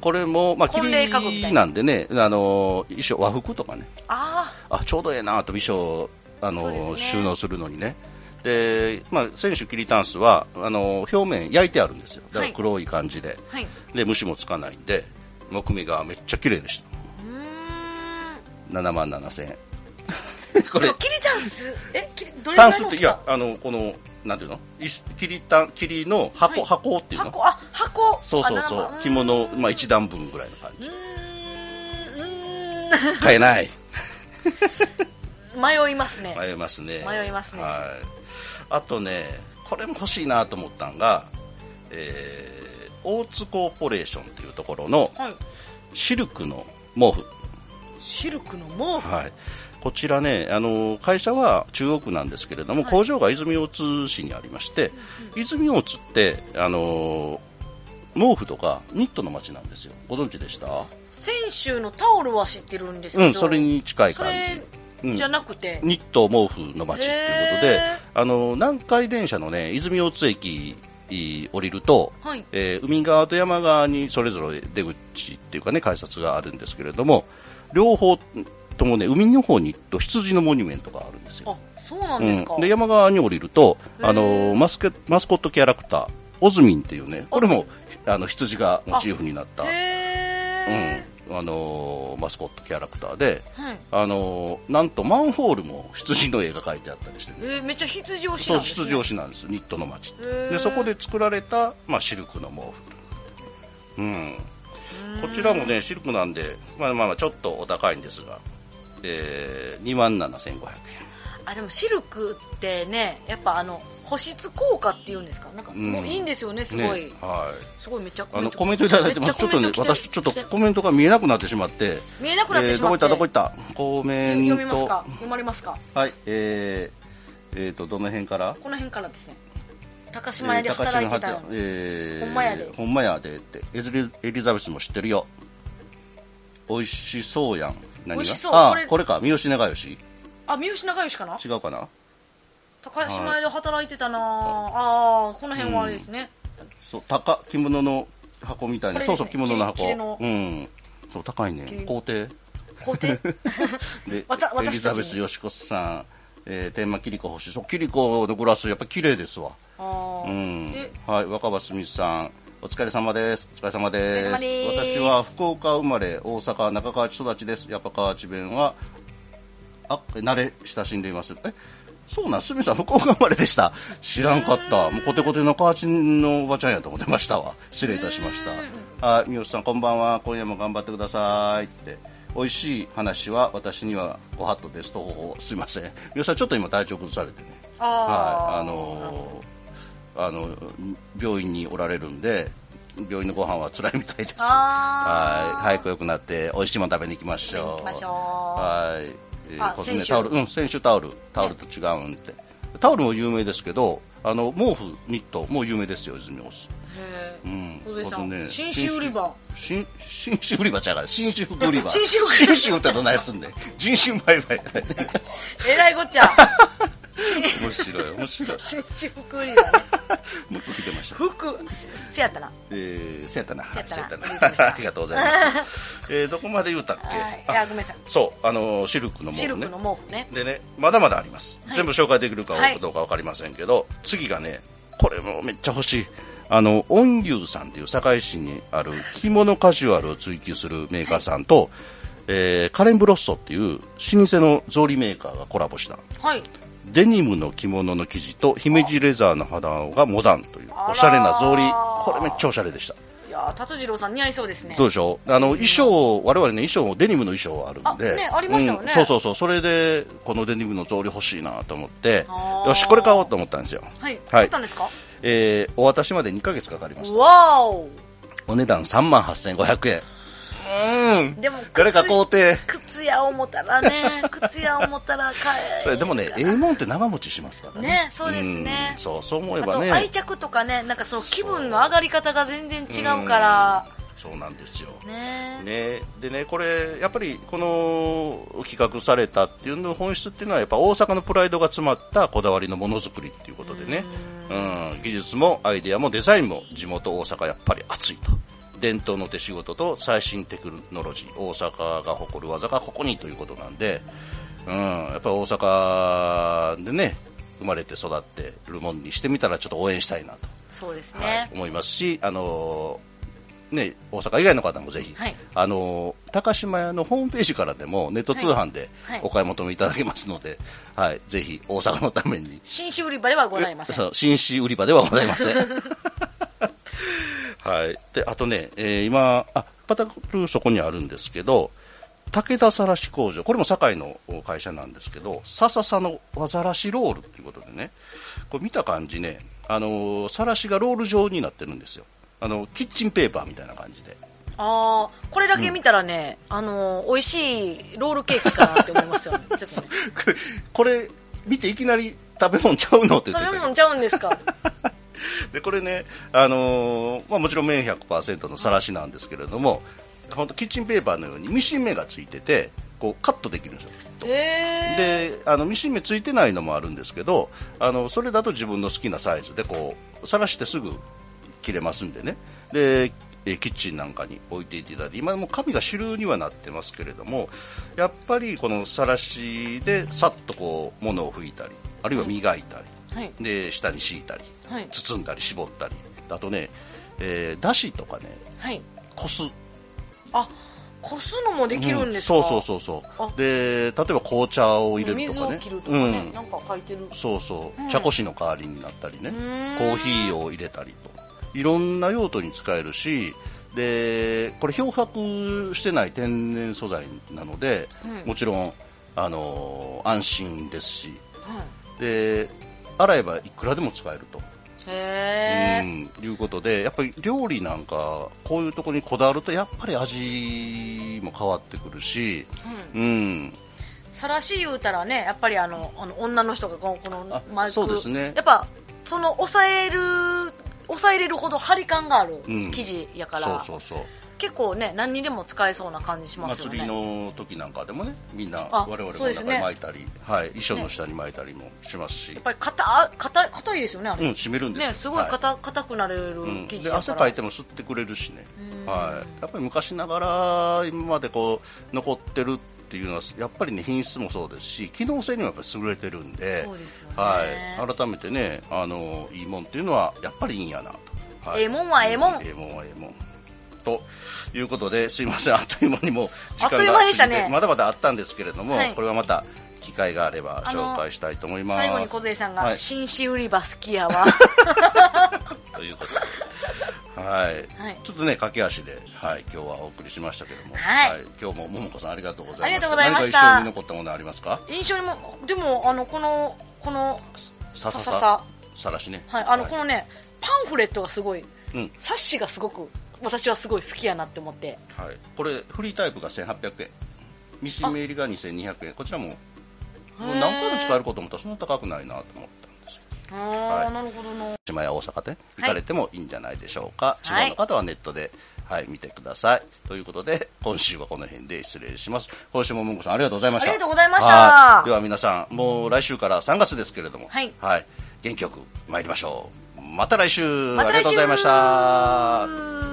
Speaker 1: これも、まあ、キ
Speaker 2: 婚礼家具みたいな
Speaker 1: リなんでね、あの、衣装、和服とかね、
Speaker 2: あ
Speaker 1: あちょうどええなと衣装あ
Speaker 2: そうで
Speaker 1: の、
Speaker 2: すね
Speaker 1: 収納するのにねで、まあ、選手キリタンスはあの表面焼いてあるんですよだか
Speaker 2: は
Speaker 1: ら
Speaker 2: い
Speaker 1: 黒い感じで、
Speaker 2: あはい
Speaker 1: で虫もつかないんで木目がめっちゃ綺麗でした
Speaker 2: うーん
Speaker 1: 7万7000円 [LAUGHS] こ
Speaker 2: で
Speaker 1: れ
Speaker 2: もキリタンスえキリどれぐ
Speaker 1: タ
Speaker 2: ら
Speaker 1: ン
Speaker 2: い
Speaker 1: ス
Speaker 2: の
Speaker 1: って
Speaker 2: 大
Speaker 1: い
Speaker 2: きさ
Speaker 1: やあのこのなんていうのいしキリタンキリの箱、
Speaker 2: はい
Speaker 1: 箱っていうの
Speaker 2: 箱あ箱
Speaker 1: そうそう
Speaker 2: あ
Speaker 1: そ
Speaker 2: な
Speaker 1: う
Speaker 2: んか
Speaker 1: 着物、まあ、一段分ぐらいの感
Speaker 2: う
Speaker 1: じ
Speaker 2: ーんうー
Speaker 1: 買えない
Speaker 2: ん迷いますね、
Speaker 1: 迷いますね
Speaker 2: 迷いますね
Speaker 1: はい、あとねこれも欲しいなと思ったんが、えー、大津コーポレーションっていうところの
Speaker 2: はい、
Speaker 1: シルクの毛布、
Speaker 2: シルクの毛布
Speaker 1: はい、こちらねあの会社は中央区なんですけれども、工場が泉大津市にありまして、泉大津ってあの毛布とかニットの街なんですよご存知でした
Speaker 2: 先週のタオルは知ってるんです
Speaker 1: う
Speaker 2: けど、
Speaker 1: んそれに近い
Speaker 2: そ
Speaker 1: 感
Speaker 2: れ
Speaker 1: じ、うん
Speaker 2: じゃなくて、
Speaker 1: ニット毛布の街っていうことで
Speaker 2: へ、
Speaker 1: あの南海電車のね泉大津駅い降りると、
Speaker 2: はい
Speaker 1: えー海側と山側にそれぞれ出口っていうかね改札があるんですけれども、両方ともね海の方に行くと羊のモニュメントがあるんですよ。
Speaker 2: あそうなんですか、
Speaker 1: うん山側に降りると、
Speaker 2: へー
Speaker 1: あのマスケマスコットキャラクターオズミンっていうね、これもあの羊がモチーフになった、
Speaker 2: へ
Speaker 1: う
Speaker 2: え、
Speaker 1: んあのーマスコットキャラクターで、
Speaker 2: はい
Speaker 1: あのーなんとマンホールも羊の絵が描いてあったりしてね
Speaker 2: えー、めっちゃ羊推し
Speaker 1: そう
Speaker 2: な
Speaker 1: ん
Speaker 2: です、ね、
Speaker 1: 羊推しなんですニットの街って
Speaker 2: へー
Speaker 1: でそこで作られた、まあ、シルクの毛布、うん、こちらもねシルクなんで、まあ、まあまあちょっとお高いんですが、えー、2万7500円
Speaker 2: あでもシルクってねやっぱあの保湿効果っていうんですかなんか
Speaker 1: ん
Speaker 2: もういいんですよねすごい、
Speaker 1: ねはい
Speaker 2: すごいめっちゃコ
Speaker 1: あ
Speaker 2: メ
Speaker 1: の
Speaker 2: ント
Speaker 1: コメントいただいてます
Speaker 2: め
Speaker 1: ちょっとね
Speaker 2: コメント来て
Speaker 1: 私ちょっとコメントが見えなくなってしまって
Speaker 2: 見えなくなってしまって
Speaker 1: えーどこ行ったどこ行ったコメント
Speaker 2: 読みますか読まれますか
Speaker 1: はいえー、えー、とどの辺から
Speaker 2: この辺からですね高島屋で働いてた
Speaker 1: えー高島八、幡えー、
Speaker 2: よほんまやで
Speaker 1: ほんまやでってエズリエリザベスも知ってるよ美味しそうやん何が
Speaker 2: 美味しそう
Speaker 1: あ
Speaker 2: こ
Speaker 1: こ
Speaker 2: れ
Speaker 1: れか三好長吉
Speaker 2: あ三好長慶かな
Speaker 1: 違うかな
Speaker 2: 高島屋で働いてたな、ああこの辺はあれですね、
Speaker 1: そう高着物の箱みたいな、
Speaker 2: これで
Speaker 1: そう
Speaker 2: す
Speaker 1: そ
Speaker 2: ね
Speaker 1: う着物の
Speaker 2: 切
Speaker 1: 箱
Speaker 2: れの
Speaker 1: うんそう高い
Speaker 2: 切れ
Speaker 1: ね皇帝
Speaker 2: 皇
Speaker 1: [LAUGHS]
Speaker 2: 帝
Speaker 1: で
Speaker 2: わた私たちに
Speaker 1: エリザベスよしこさん、えー、天満キリコ欲しいそうキリコのグラスやっぱ綺麗ですわ
Speaker 2: あ
Speaker 1: う
Speaker 2: あ、
Speaker 1: ん
Speaker 2: え、
Speaker 1: はい、若葉すみさん、お疲れ様です。お疲れ様です。
Speaker 2: お疲れ様です
Speaker 1: 私は福岡生まれ、大阪中川内育ちです。やっぱ川内弁は。あ、慣れ親しんでいます。え、そうなん、すみさん、福岡生まれでした。知らんかった。もうコテコテの川内のおばちゃんやと思ってましたわ。失礼いたしました。はい、三好さん、こんばんは。今夜も頑張ってくださいって。美味しい話は私にはご法度ですとおすいません三好さんちょっと今体調崩されてね
Speaker 2: あ
Speaker 1: はい、あ
Speaker 2: なるほ
Speaker 1: のーあの病院におられるんで病院のご飯は辛いみたいです。
Speaker 2: あー
Speaker 1: はい、早く良くなって美味しいもの食べに行きましょう。
Speaker 2: 食べに行きましょう
Speaker 1: はい、え
Speaker 2: あ
Speaker 1: ー、コスメ
Speaker 2: 先週
Speaker 1: タオル、うん、先週タオル、タオルと違うんって、タオルも有名ですけど、あの毛布ニットも有名ですよ、泉オス。
Speaker 2: へえ
Speaker 1: うん
Speaker 2: 小出さん、
Speaker 1: これね
Speaker 2: 新種売り場
Speaker 1: 新新種売り場ちゃうから新種服売り場
Speaker 2: [LAUGHS] 新種服売り場
Speaker 1: 新種ってどないすんねん人種売買 [LAUGHS]
Speaker 2: えらいこっちゃ [LAUGHS]
Speaker 1: 面白い面白い
Speaker 2: 新種服売り場ね
Speaker 1: もう一個来てました
Speaker 2: 服せせやったな
Speaker 1: えー、せやったな、はい
Speaker 2: せ
Speaker 1: せ
Speaker 2: や
Speaker 1: や
Speaker 2: っ
Speaker 1: ったた
Speaker 2: な
Speaker 1: な、ありがとうございます。えー、どこまで言うたっけ、
Speaker 2: はいい
Speaker 1: あ
Speaker 2: やごめんなさい
Speaker 1: そう、あのーシルクのも
Speaker 2: シル
Speaker 1: の
Speaker 2: ク
Speaker 1: ね。
Speaker 2: の毛布ね
Speaker 1: でね、まだまだあります。
Speaker 2: はい
Speaker 1: 全部紹介できるか
Speaker 2: はい
Speaker 1: どうかわかりませんけど、次がね、これもめっちゃ欲しい。あの、恩牛さんっていう堺市にある着物カジュアルを追求するメーカーさんと、えーカレンブロッソっていう老舗の草履メーカーがコラボした
Speaker 2: はい
Speaker 1: デニムの着物の生地と姫路レザーの肌青がモダンというおしゃれな草履これめっちゃおしゃれでした
Speaker 2: いやー達次郎さん似合いそうですね
Speaker 1: そうでしょあの衣装、我々ね、衣装、デニムの衣装あるん
Speaker 2: あ
Speaker 1: で、
Speaker 2: ねありましたよね
Speaker 1: うんそうそうそう、それで、このデニムの草履欲しいなと思って
Speaker 2: あ、ー
Speaker 1: よし、これ買おうと思ったんですよ。
Speaker 2: はい
Speaker 1: は
Speaker 2: 買
Speaker 1: い
Speaker 2: ったんですか
Speaker 1: えーお渡しまで2ヶ月かかりました。
Speaker 2: わお
Speaker 1: お値段3万8500円。うーん。
Speaker 2: でも
Speaker 1: 誰か買うて。
Speaker 2: 靴屋を持たら
Speaker 1: [LAUGHS]
Speaker 2: ね靴屋を持たら買え
Speaker 1: それでもね、ええもんって長持ちしますからね。
Speaker 2: ねそうですね
Speaker 1: うんそう、そう思え
Speaker 2: あと
Speaker 1: ばね。
Speaker 2: 愛着とかねなんかその気分の上がり方が全然違うから
Speaker 1: そうなんですよ。
Speaker 2: ね
Speaker 1: ね、でねこれやっぱりこの企画されたっていうの本質っていうのはやっぱ大阪のプライドが詰まったこだわりのものづくりっていうことでねうん技術もアイデアもデザインも地元大阪やっぱり熱いと伝統の手仕事と最新テクノロジー大阪が誇る技がここにということなんで、うん、やっぱり大阪でね生まれて育ってるもんにしてみたらちょっと応援したいなと
Speaker 2: そうです
Speaker 1: はい
Speaker 2: ね、
Speaker 1: 思いますし、あのーね、大阪以外の方もぜひ、
Speaker 2: はい
Speaker 1: あのー高島屋のホームページからでもネット通販で
Speaker 2: はいはい
Speaker 1: お買い求めいただけますので、はいぜひ大阪のために
Speaker 2: 新種売り場ではございません
Speaker 1: そう紳士売り場ではございま
Speaker 2: [LAUGHS]
Speaker 1: せん。はい、であとね、えー今あ、パタクルそこにあるんですけど、武田さらし工場、これも堺の会社なんですけど、笹さの和ざらしロールということでね、これ見た感じね、あのーさらしがロール状になってるんですよ、あのキッチンペーパーみたいな感じ
Speaker 2: [LAUGHS]
Speaker 1: で。
Speaker 2: ああこれだけ見たらね、あのー美味しいロールケーキかなって思います
Speaker 1: [LAUGHS]
Speaker 2: よねちょっとね
Speaker 1: これ見ていきなり食べ物ちゃうのって言ってた
Speaker 2: 食
Speaker 1: け
Speaker 2: べ
Speaker 1: ど
Speaker 2: 物ちゃうんです
Speaker 1: [LAUGHS]
Speaker 2: か
Speaker 1: でこれね、あのーまあ、もちろん綿100%のさらしなんですけれども、本当キッチンペーパーのようにミシン目がついててこうカットできるんですよ。
Speaker 2: へえ
Speaker 1: であのミシン目ついてないのもあるんですけどあのそれだと自分の好きなサイズでこうさらしてすぐ切れますんでねでえキッチンなんかに置いていただいて今もう紙が主流にはなってますけれどもやっぱりこのさらしでさっとこう物を拭いたりあるいは磨いたり、
Speaker 2: はい
Speaker 1: で下に敷いたり、
Speaker 2: はい
Speaker 1: 包んだり絞ったりあとね、えーだしとかね
Speaker 2: はい
Speaker 1: こす
Speaker 2: あこすのもできるんですか、
Speaker 1: そうそうそうそう
Speaker 2: あ
Speaker 1: で例えば紅茶を入れると
Speaker 2: 水
Speaker 1: か
Speaker 2: を
Speaker 1: ね
Speaker 2: 切るとかね、
Speaker 1: うん
Speaker 2: なんか書いてる
Speaker 1: そうそう、
Speaker 2: うん
Speaker 1: 茶こしの代わりになったりね
Speaker 2: ーん
Speaker 1: コーヒーを入れたりといろんな用途に使えるしでこれ漂白してない天然素材なので、
Speaker 2: うん
Speaker 1: もちろん、あのー安心ですし
Speaker 2: はい
Speaker 1: で洗えばいくらでも使えると、
Speaker 2: へえ、
Speaker 1: うん、いうことでやっぱり料理なんかこういうところにこだわるとやっぱり味も変わってくるし、
Speaker 2: うん
Speaker 1: うん、
Speaker 2: さらし言うたらねやっぱりあのあの女の人がこのこの
Speaker 1: あ
Speaker 2: マイク
Speaker 1: そうですね
Speaker 2: やっぱその抑える抑えれるほど張り感がある
Speaker 1: うん
Speaker 2: 生地やから、
Speaker 1: そうそうそう
Speaker 2: 結構ね何にでも使えそうな感じしますよ
Speaker 1: 祭り
Speaker 2: ね
Speaker 1: の時なんかでもねみんな
Speaker 2: あ
Speaker 1: 我々も
Speaker 2: そうです
Speaker 1: 中に
Speaker 2: ね
Speaker 1: 巻いたり、はい、衣装の下に巻いたりもしますし、
Speaker 2: やっぱり硬硬硬いですよねあ
Speaker 1: う
Speaker 2: れ、
Speaker 1: ん締めるんですよ
Speaker 2: ねすごい
Speaker 1: は
Speaker 2: 硬、硬くなれる
Speaker 1: うん
Speaker 2: 生地
Speaker 1: で
Speaker 2: や
Speaker 1: 汗
Speaker 2: か、
Speaker 1: からいても吸ってくれるしね、はい、やっぱり昔ながら今までこう残ってるっていうのはやっぱりね品質もそうですし機能性にもやっぱり優れてるんで
Speaker 2: そうですよね
Speaker 1: はい、改めてねあのいいもんっていうのはやっぱりいいんやなと、はい
Speaker 2: ええもんはええもん
Speaker 1: ええもんはええもんということですいませんあっ [LAUGHS] という間にもう時間が
Speaker 2: あっという間でしたね
Speaker 1: 過ぎてまだまだあったんですけれども、
Speaker 2: はい
Speaker 1: これはまた機会があれば紹介したいと思います
Speaker 2: 最後に小杉さんが、
Speaker 1: はい
Speaker 2: 紳士売り場好きやわ
Speaker 1: ということで、はい、
Speaker 2: はい
Speaker 1: ちょっとね、駆け足で、はい、今日はお送りしましたけども、
Speaker 2: はい
Speaker 1: 今日もももこさんありがとうございました。
Speaker 2: ありがとうございま
Speaker 1: 何
Speaker 2: した
Speaker 1: か印象に残ったものありますか？
Speaker 2: 印象にもでもあのこのこの
Speaker 1: ささ
Speaker 2: さ
Speaker 1: さ
Speaker 2: さ、
Speaker 1: さらしね。
Speaker 2: はい、あのこのねパンフレットがすごい
Speaker 1: うん、
Speaker 2: 冊子がすごく私はすごい好きやなって思って
Speaker 1: はい、これフリータイプが1800円、ミシンメ入りが2200円、こちらももう何回も使えること思ったらそんな高くないなと思ったんですよ。
Speaker 2: あ
Speaker 1: は
Speaker 2: あ
Speaker 1: い
Speaker 2: なるほどな
Speaker 1: 島や大阪で
Speaker 2: い
Speaker 1: 行かれてもいいんじゃないでしょうか、
Speaker 2: はい
Speaker 1: 島の方はネットで、はい、見てくださいということで今週はこの辺で失礼します今週ももんこさんありがとうございました
Speaker 2: ありがとうございました
Speaker 1: はいでは皆さんもう来週から3月ですけれども
Speaker 2: はい
Speaker 1: 元気よく参りましょうまた来週
Speaker 2: また
Speaker 1: ありがとうございました
Speaker 2: 来週